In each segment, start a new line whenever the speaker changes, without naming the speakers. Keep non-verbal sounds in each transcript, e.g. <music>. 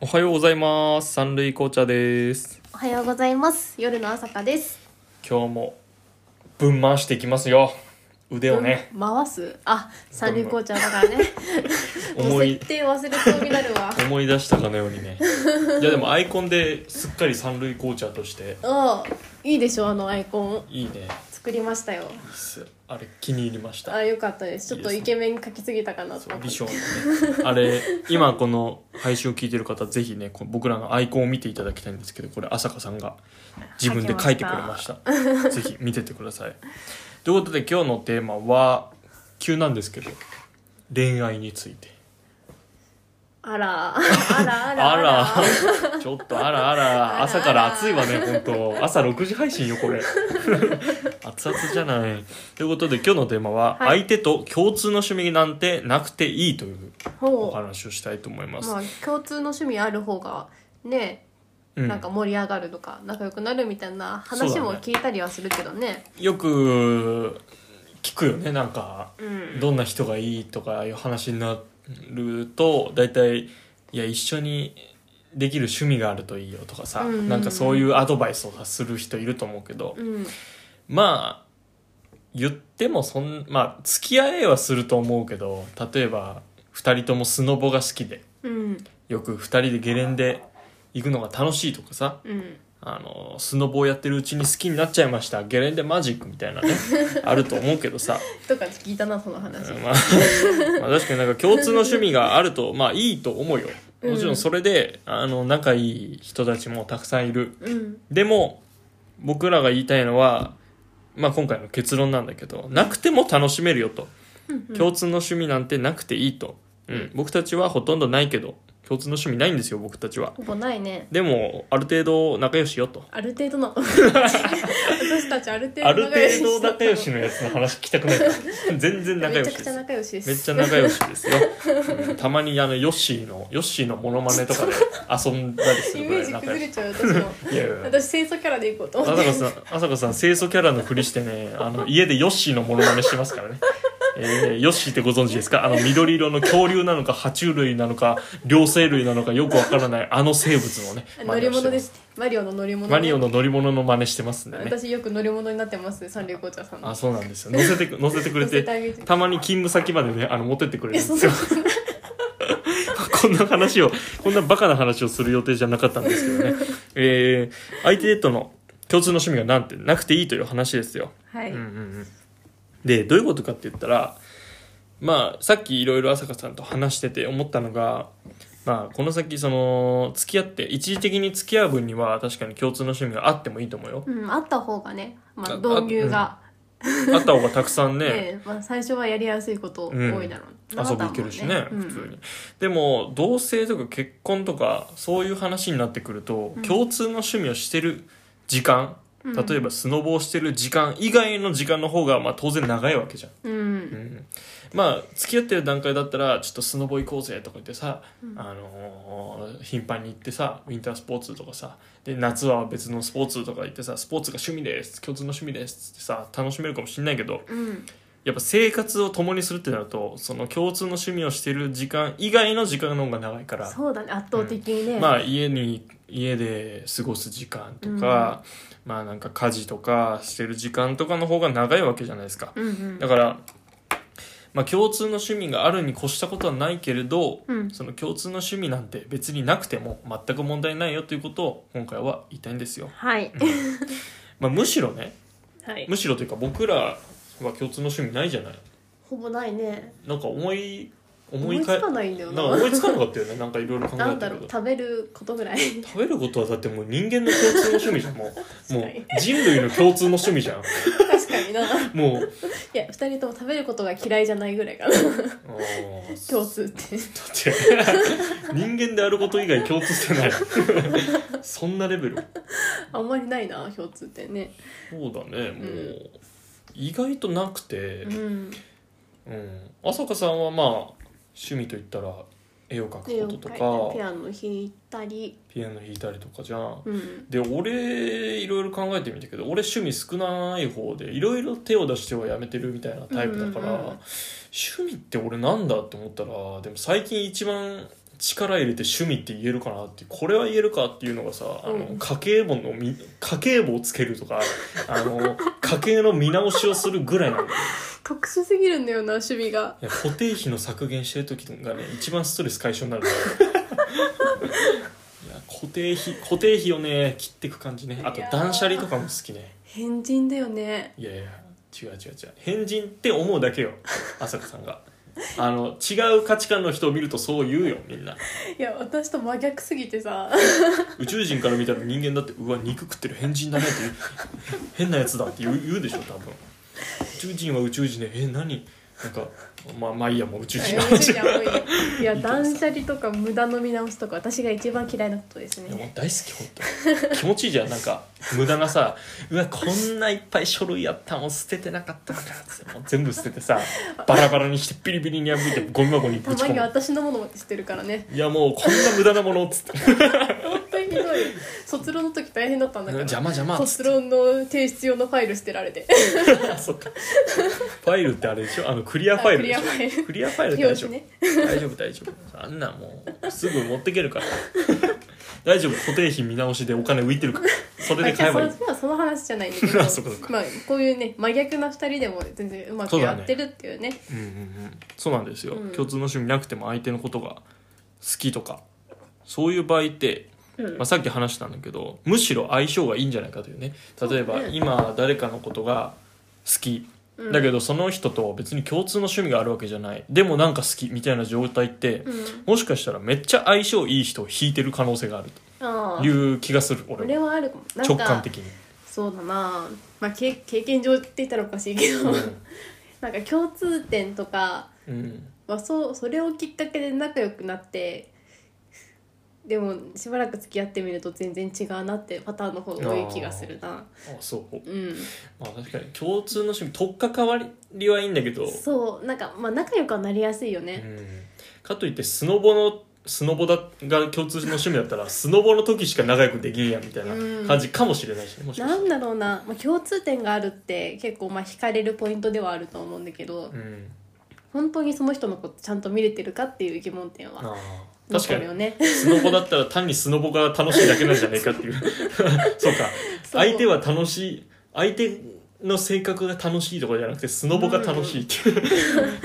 おはようございます三塁紅茶です
おはようございます。夜の朝香です。
今日もぶん回していきますよ腕をね、
回す。あ、三流紅茶だ
<laughs>
からね。もう
思い
設定忘れそうになるわ。
思い出したかのようにねいやでもアイコンですっかり三塁紅茶として
うん、いいでしょあのアイコン
いいね
作りましたよ。
あれ気に入りました
あ、よかったです。ちょっとイケメン描きすぎたかなと
そう
思って。
美少年ねあれ今この配信を聞いてる方ぜひねこう僕らのアイコンを見ていただきたいんですけどこれ朝香さんが自分で書いてくれました <laughs> ぜひ見ててくださいということで今日のテーマは急なんですけど恋愛について <laughs>
あら、あら、あら、
あ
あ
ら
ら。
ちょっとあらあら朝から暑いわね本当朝6時配信よこれ <laughs> 熱々じゃないということで今日のテーマは、
はい
相手と共通の趣味なんてなくていいというお
ほう。
話をしたいと思います、
まあ、共通の趣味ある方が。ね、
うん
なんか盛り上がるとか、仲良くなるみたいな話
そうだ
も
ね
聞いたりはするけどね。
よく聞くよねなんか
うん。
どんな人がいいとかいう話になると大体いや一緒にできる趣味があるといいよとかさ、
うんうんうん
なんかそういうアドバイスをする人いると思うけど、
うん。
まあ言ってもそんまあ付き合いはすると思うけど例えば2人ともスノボが好きで
うん。
よく2人でゲレンデ行くのが楽しいとかさ
うん。
あのスノボをやってるうちに好きになっちゃいましたゲレンデマジックみたい <laughs> なねあると思うけどさ、 <laughs>
とか聞いたな、その話。
まあ、 <laughs> まあ確かになんか共通の趣味があるとまあいいと思うよもちろんそれで、あの仲いい人たちもたくさんいる
うん。
でも僕らが言いたいのは、まあ、今回の結論なんだけどなくても楽しめるよと、
うんうん
共通の趣味なんてなくていいと、うん、僕たちはほとんどないけど共通の趣味ないんですよ僕たちは
ほぼないね。
でもある程度仲良しよと
ある程度の私たちある程度
ある程度
仲
仲良しのやつの話聞きたくない
<laughs>
から全然仲
め
良
ち
し
ゃ
で
くちゃ
す
仲良しです
めっちゃ仲良しですよ、うんたまにあのヨッシーのヨッシーのモノマネとかで遊んだりす
イ
るぐ
メ
ら
ー
い
ジ
仲
崩
良
れ
し
ちゃう私も
いやいやいや
私清楚キャラでいこうと思
朝
って
香さん朝香さん清楚キャラのふりしてねあの家でヨッシーのモノマネしてますからね、えーヨッシーってご存知ですかあの緑色の恐竜なのか爬虫類なのか両生類なのかよくわからないあの生物のね
乗り物です
真似をして
マリオの乗り物
ま
ね
マリオの乗り物の真似してますんでね
私よく乗り物になってます三流紅茶さんの
あそうなんですよ乗せてく乗せてくれ
乗せてあげ
て
て
たまに勤務先までねあの持ってってくれ
え
るん
そ
で
ん
す
な
よこんな話をこんなバカな話をする予定じゃなかったんですけどね、えー相手との共通の趣味がなんてなくていいという話ですよ
はい、
<laughs> うんうんうんでどういうことかって言ったらまあさっきいろいろ朝香さんと話してて思ったのが、まあ、この先その付き合って一時的に付き合う分には確かに共通の趣味があってもいいと思うよ
うん、あった方がね、まあ、
あ
導入が、
あった方がたくさんね
<laughs> ねまあ、最初はやりやすいこと多いだろう、な
遊び行けるしね普通に、
うん
でも同棲とか結婚とかそういう話になってくると、
うん
共通の趣味をしてる時間
うん
例えばスノボをしてる時間以外の時間の方がまあ当然長いわけじゃん
うん
うんまあ付き合ってる段階だったらちょっとスノボ行こうぜとか言ってさ、あのー頻繁に行ってさウィンタースポーツとかさで夏は別のスポーツとか行ってさスポーツが趣味です共通の趣味ですってさ楽しめるかもしんないけど
うん
やっぱ生活を共にするってなるとその共通の趣味をしてる時間以外の時間の方が長いから
そうだね圧倒的にね、
まあ家に家で過ごす時間とか、まあなんか家事とかしてる時間とかの方が長いわけじゃないですか。
うんうん
だから、まあ、共通の趣味があるに越したことはないけれど、
うん
その共通の趣味なんて別になくても全く問題ないよということを今回は言いたいんですよ、
はい、
まあ、むしろね
<laughs> はい
むしろというか僕らは共通の趣味ないじゃない
ほぼないね
なんか思い思
思
い
い
か
つかないんだ
な
よ
ん
な
か思いつかなかったよねなんかいろいろ考え
なん
たけ
だろう
ど
食べることぐらい <laughs>
食べることはだってもう人間の共通の趣味じゃんもうも
確かに
う人類の共通の趣味じゃん
確かにない
もう
や2人とも食べることが嫌いじゃないぐらいか
<laughs>
な
あー
共通って
って人間であること以外共通してない
<laughs>
そんなレベル
あんまりないな共通ってね
そうだねもう、
うん
意外となくて
う、ん
うん、朝香さんはまあ趣味といったら絵を描
絵を
くことと
描いたりピ
か
アノ弾いたり
ピアノ弾いたりとかじゃん
うん
で俺いろいろ考えてみたけど俺趣味少ない方でいろいろ手を出してはやめてるみたいなタイプだから、
うんうんうん
趣味って俺なんだって思ったらでも最近一番力入れて趣味って言えるかなってこれは言えるかっていうのがさあの、
うん
家計簿のみ家計簿をつけるとかあの家計の見直しをするぐらいなんだよ
特殊すぎるんだよな趣味が
いや固定費の削減してる時がね一番ストレス解消にな
<laughs>
るからいや固定費固定費をね切っていく感じねあと
いやー
断捨離とかも好きね
変人だよね
いやいや違う違う違う変人って思うだけよ朝香さん
<laughs>
があの違う価値観の人を見るとそう言うよみんない
や私と真逆すぎて
<laughs>
さ
宇宙人から見たら人間だってうわ肉食ってる変人だねって言う変なやつだって言う言うでしょ多分宇宙人は宇宙人でえ何なんかまあまあいいやもう宇宙
<laughs>
人の話
いや多いよいや断捨離とか無駄の見直すとか私が一番嫌いなことです
いやもう
ね
大好き本当 <laughs> に気持ちいいじゃんなんか無駄なさうわこんないっぱい書類あったの捨ててなかったからつってもう全部捨てて <laughs> さバラバラにしてビリビリに破いてゴミ箱に
た
ぶち
ま
込
に
む
私のものも捨てるからね
いやもうこんな無駄なものっつって
本当にひどい卒論の時大変だったんだから
邪魔邪魔っつ
卒論の提出用のファイル捨てられて
ってあ <laughs> そっかファイルってあれでしょあのクリアファイルでしょ
あクリアファイル
クリアファイルってあれで
表
しょ
紙ね
大丈夫大丈夫あんなんもうすぐ持ってけるから大丈夫固定費見直しでお金浮いてるからそれで買えばいい
まあそのその話じゃないんだけ
<laughs>
ど
あそうかそうか
まあ、こういうね真逆な二人でも全然うまくやってるっていうね
うんうんうん、そうなんですよ、
うん
共通の趣味なくても相手のことが好きとかそういう場合って、
うん
まあ、さっき話したんだけどむしろ相性がいいんじゃないかというね例えば、
そうね
今誰かのことが好き
うん
だけどその人と別に共通の趣味があるわけじゃないでもなんか好きみたいな状態って、
うん
もしかしたらめっちゃ相性いい人を引いてる可能性がある
ああ
という気がする
こ
俺
れ
は
はあるかもなんか
直感的に、
そうだなまあけ経験上って言ったらおかしいけど、 <laughs> なんか共通点とか
うんうん、
はそうそれをきっかけで仲良くなってでもしばらく付き合ってみると全然違うなってパターンの方が多い気がするな
あそう
うん
まあ確かに共通の趣味取っかかわりはいいんだけど
そうなんかまあ仲良くはなりやすいよね、
うんかといってスノボのスノボだが共通の趣味だったらスノボの時しか仲良くできんやんみたいな
うん
感じかもしれないしねもしかし
な
たら
んだろうな、まあ、共通点があるって結構まあ惹かれるポイントではあると思うんだけど、
うん
本当にその人のことちゃんと見れてるかっていう疑問点は
ああ確か
残るよ
に
ね
スノボだったら単にスノボが楽しいだけなんじゃないかっ
<laughs>
ていうそうか
そう
相手は楽しい相手の性格が楽しいとかじゃなくてスノボが楽しいっていう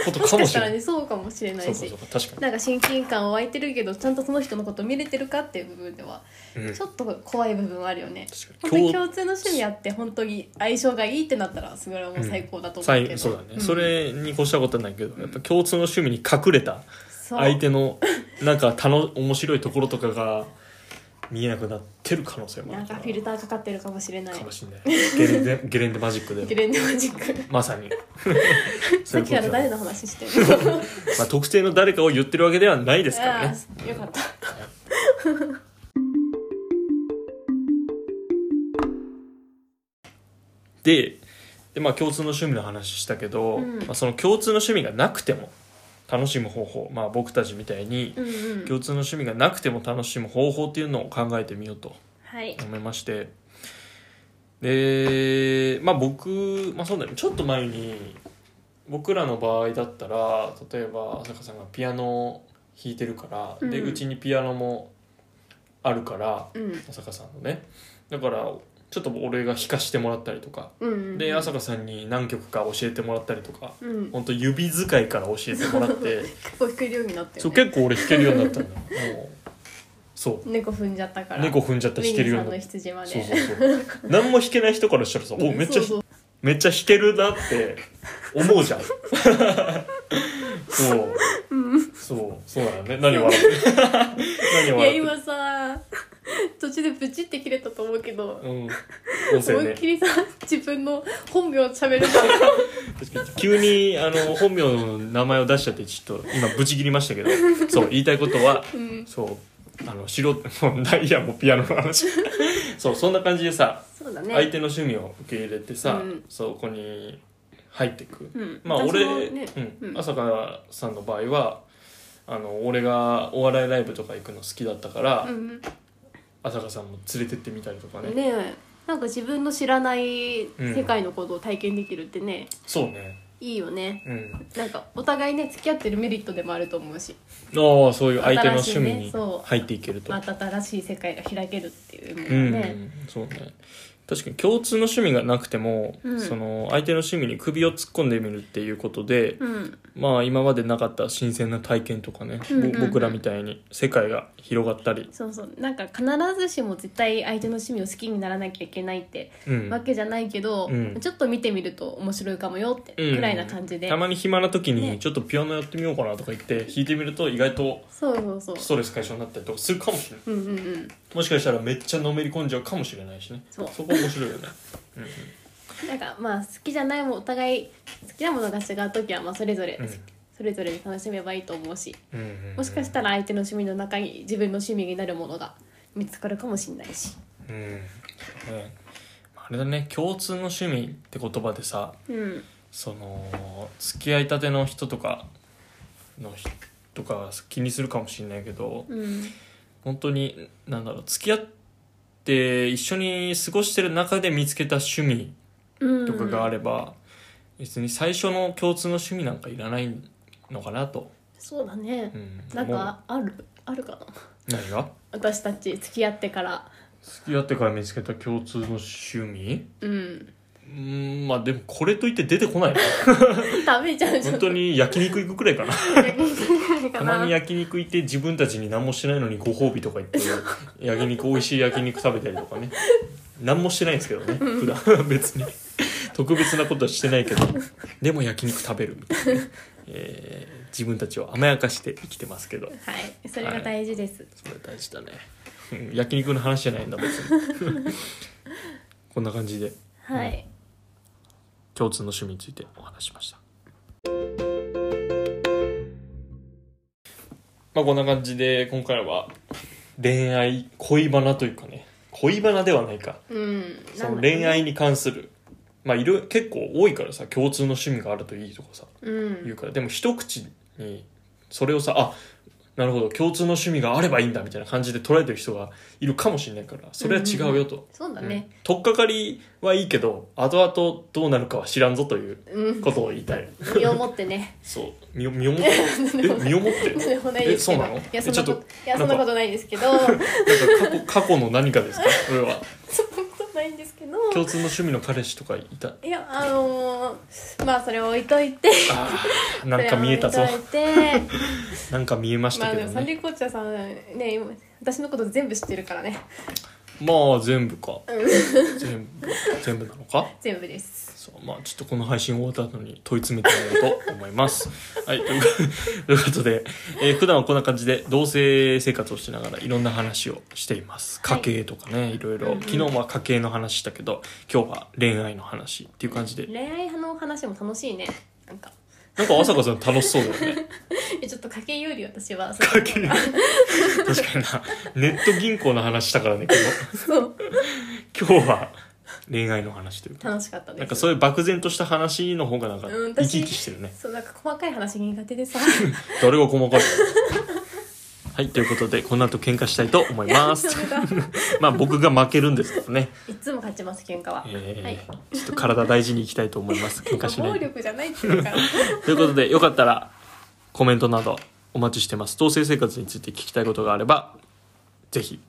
こと
<laughs> もし
かも
か
し
した
れな
ら
い
ねそうかもしれな
そう
い
か
し
そうか確か
なんか親近感湧いてるけどちゃんとその人のこと見れてるかっていう部分では
に、うん、
ち
確
ょっと怖い部分はあるよね
か
本当
に
に
共
共通の趣味あって本当に相性がいいってなったらそれはもう最高だと思うけ
最
ど、
そうだね、
ん
それに越したことはないけどやっぱ共通の趣味に隠れた
そう
相手のなんかたの面白いところとかが見えなくなってる可能性もあ
な
る
ん
か
からフィルターかかってるかもしれない
かもしれないゲレンデゲレンデマジック
<laughs>
で
ゲレンデマジック
まさに
さっきから誰の話して <laughs> るの
まあ、特定の誰かを言ってるわけではないですから
あ
ね
あよかった
でで、まあ、共通の趣味の話したけど、
うん
まあ、その共通の趣味がなくても楽しむ方法、まあ、僕たちみたいに
うんうん
共通の趣味がなくても楽しむ方法っていうのを考えてみようと
はい
思いましてでまあ僕、まあ、そうだよねちょっと前に僕らの場合だったら例えば朝香さんがピアノを弾いてるから、で
うん
うちにピアノもあるから
うん
朝香さんのねだからちょっと俺が弾かしてもらったりとか、
うんうん
で朝香さんに何曲か教えてもらったりとか
うん
本当指使いから教えてもらって
結構弾けるようになった
そ
よ
う
ね
結構俺弾けるようになったんだよもうそう
猫踏んじゃったから
猫踏んじゃったら
ミ
弾け
ニ
るよう
さ
にな
んの
った
羊まで
そうそうそう何も弾けない人からしたらさ「おめっちゃ
そう
めっちゃ弾けるな」って思うじゃんそう、そうそうだよね何笑ってる何
そういや
笑ってる
今さ途中でブチって切れたと思うけど
うん音
思
声
いっ
ね
きりさ自分の本名を喋るから
急にあの本名の名前を出しちゃってちょっと今ブチ切りましたけどそう言いたいことは
うん
そうあの素人もうダイヤもピアノの話そうそんな感じでさ
そうだ
相
ね
手の趣味を受け入れてさ、
うん
そこに入ってく、
うん
まあ
私も
俺、
ね
う、
うんん
朝香さんの場合はあの俺がお笑いライブとか行くの好きだったから、
うん
朝香さんも連れてってみたりとかね
ねえなんか自分の知らない世界のことを体験できるってね
そうね
いいいよね
うん、
なんかお互いね付き合ってるメリットでもあると思うし
ああそういう相手の趣味
新しいね
に
そう
入っていけると、
また新しい世界が開けるっていう
う
の
ん、
がね、
そうね確かに共通の趣味がなくても、
うん
その相手の趣味に首を突っ込んでみるっていうことで、
うん、
まあ今までなかった新鮮な体験とかね、ぼ
うんうんうん
僕らみたいに世界が広がったり、
そうそうなんか必ずしも絶対相手の趣味を好きにならなきゃいけないって
うん
わけじゃないけど、
うん
ちょっと見てみると面白いかもよって
うん
くらいな感じで、
たまに暇な時
ね
にちょっとピアノやってみようかなとか言って弾いてみると意外と
そうそうそう
ストレス解消になったりとかするかもしれない
うんうんうん
もしかしたらめっちゃのめり込んじゃうかもしれないしね
そう
こ面白い
<laughs>
よねうんうん
なんかまあ好きじゃないもんお互い好きなものが違う時はまあそれぞれ、
うん
それぞれで楽しめばいいと思うし
うんうんうん
もしかしたら相手の趣味の中に自分の趣味になるものが見つかるかもしれないし
うん、ねあれだね共通の趣味って言葉でさ
うん
その付き合いたての人とかの人とかは気にするかもしれないけど、
うん
本当に何だろう付き合って一緒に過ごしてる中で見つけた趣味
うん
とかがあれば、別に最初の共通の趣味なんかいらないのかなと、
そうだね
う、ん、
なん
思う
かあるあるかな <laughs>
何が
私たち付き合ってから
付き合ってから見つけた共通の趣味
うん
うーんまあでもこれといって出てこない
<laughs>
な
食べちゃう
本当に焼肉行くくらいかな
に
た
<laughs>
まに焼肉行って自分たちに何もしてないのにご褒美とか言って焼肉美味しい焼肉食べたりとかね何もしてないんですけどね普段 <laughs> 別に特別なことはしてないけどでも焼肉食べるみたいな
<laughs>
ね、えー自分たちを甘やかして生きてますけど
はいそれが大事です、
それ大事だねうん焼肉の話じゃないんだ別に <laughs> こんな感じで
はい、
共通の趣味についてお話ししましたまあこんな感じで今回は恋愛恋バナというかね恋バナではないか
うん
その恋愛に関するまあいろ結構多いからさ共通の趣味があるといいとかさ
うん
言うからでも一口にそれをさあなるほど共通の趣味があればいいんだみたいな感じで捉えてる人がいるかもしれないからそれは違うよと、
そうだ
うん
ね
取っかかりはいいけど後々どうなるかは知らんぞという
うん
ことを言いたい
身をもってね
そう身を身をもって <laughs> え身をもって
<laughs> なんでもない
え
です
そ
け
う
ど
なの
い
え
や
ち
そ
ょ
ん
っ
な
となんか
こといやそんなことないん
<laughs>
ですけどそんなこ
過去過去の何かですかそれは
とないんですけど
共通の趣味の彼氏とかいた
いやあのー、まあそれを置いといて
あーなんか見えたぞ
それを置いといて
なんか見えまし
ま
た
あ
け
で
ど
もサン
ね
リコッチャさんね今私のこと全部知ってるからね
まあ全部か全部全部なのか
全部です
そうまあちょっとこの配信終わった後に問い詰めてみようと思います。 <laughs> はい、ということと <laughs> いうことで、えー普段はこんな感じで同性生活をしながらいろんな話をしています。
は
家
い
計とかね、い、ろいろ、
うんうん
昨日は家計の話したけど今日は恋愛の話っていう感じで
恋愛の話も楽しいねなんか
なんか朝香さん楽しそうだよ
<laughs>
ね。
えちょっと家計より私はそ
家
っち
計確かになネット銀行の話したからね
の方が
今日今日は恋愛の話というか
楽しかったです
なんかそういう漠然とした話の方がなんか
うん
生き
私
生きしてるね。
そうなんか細かい話苦手でさ
誰が細かいのはいということでこの <laughs> 後喧嘩したいと思います <laughs> まあ僕が負けるんですけどね、
いつも勝ちます喧嘩は、
えー
はい
ちょっと体大事にいきたいと思います喧嘩しな <laughs>
暴
いで
力じゃないっていうから
ということでよかったらコメントなどお待ちしてます同性生活について聞きたいことがあればぜひ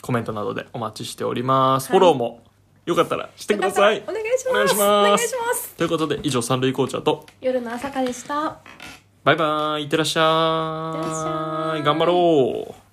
コメントなどでお待ちしております、
はい
フォローもよかったらしてください
お願いします
お願いします
お願いします
ということで以上三塁コーチャーと
夜の朝香でした
バイバーイいってらっしゃ
いってらっしゃ
い
い
頑張ろう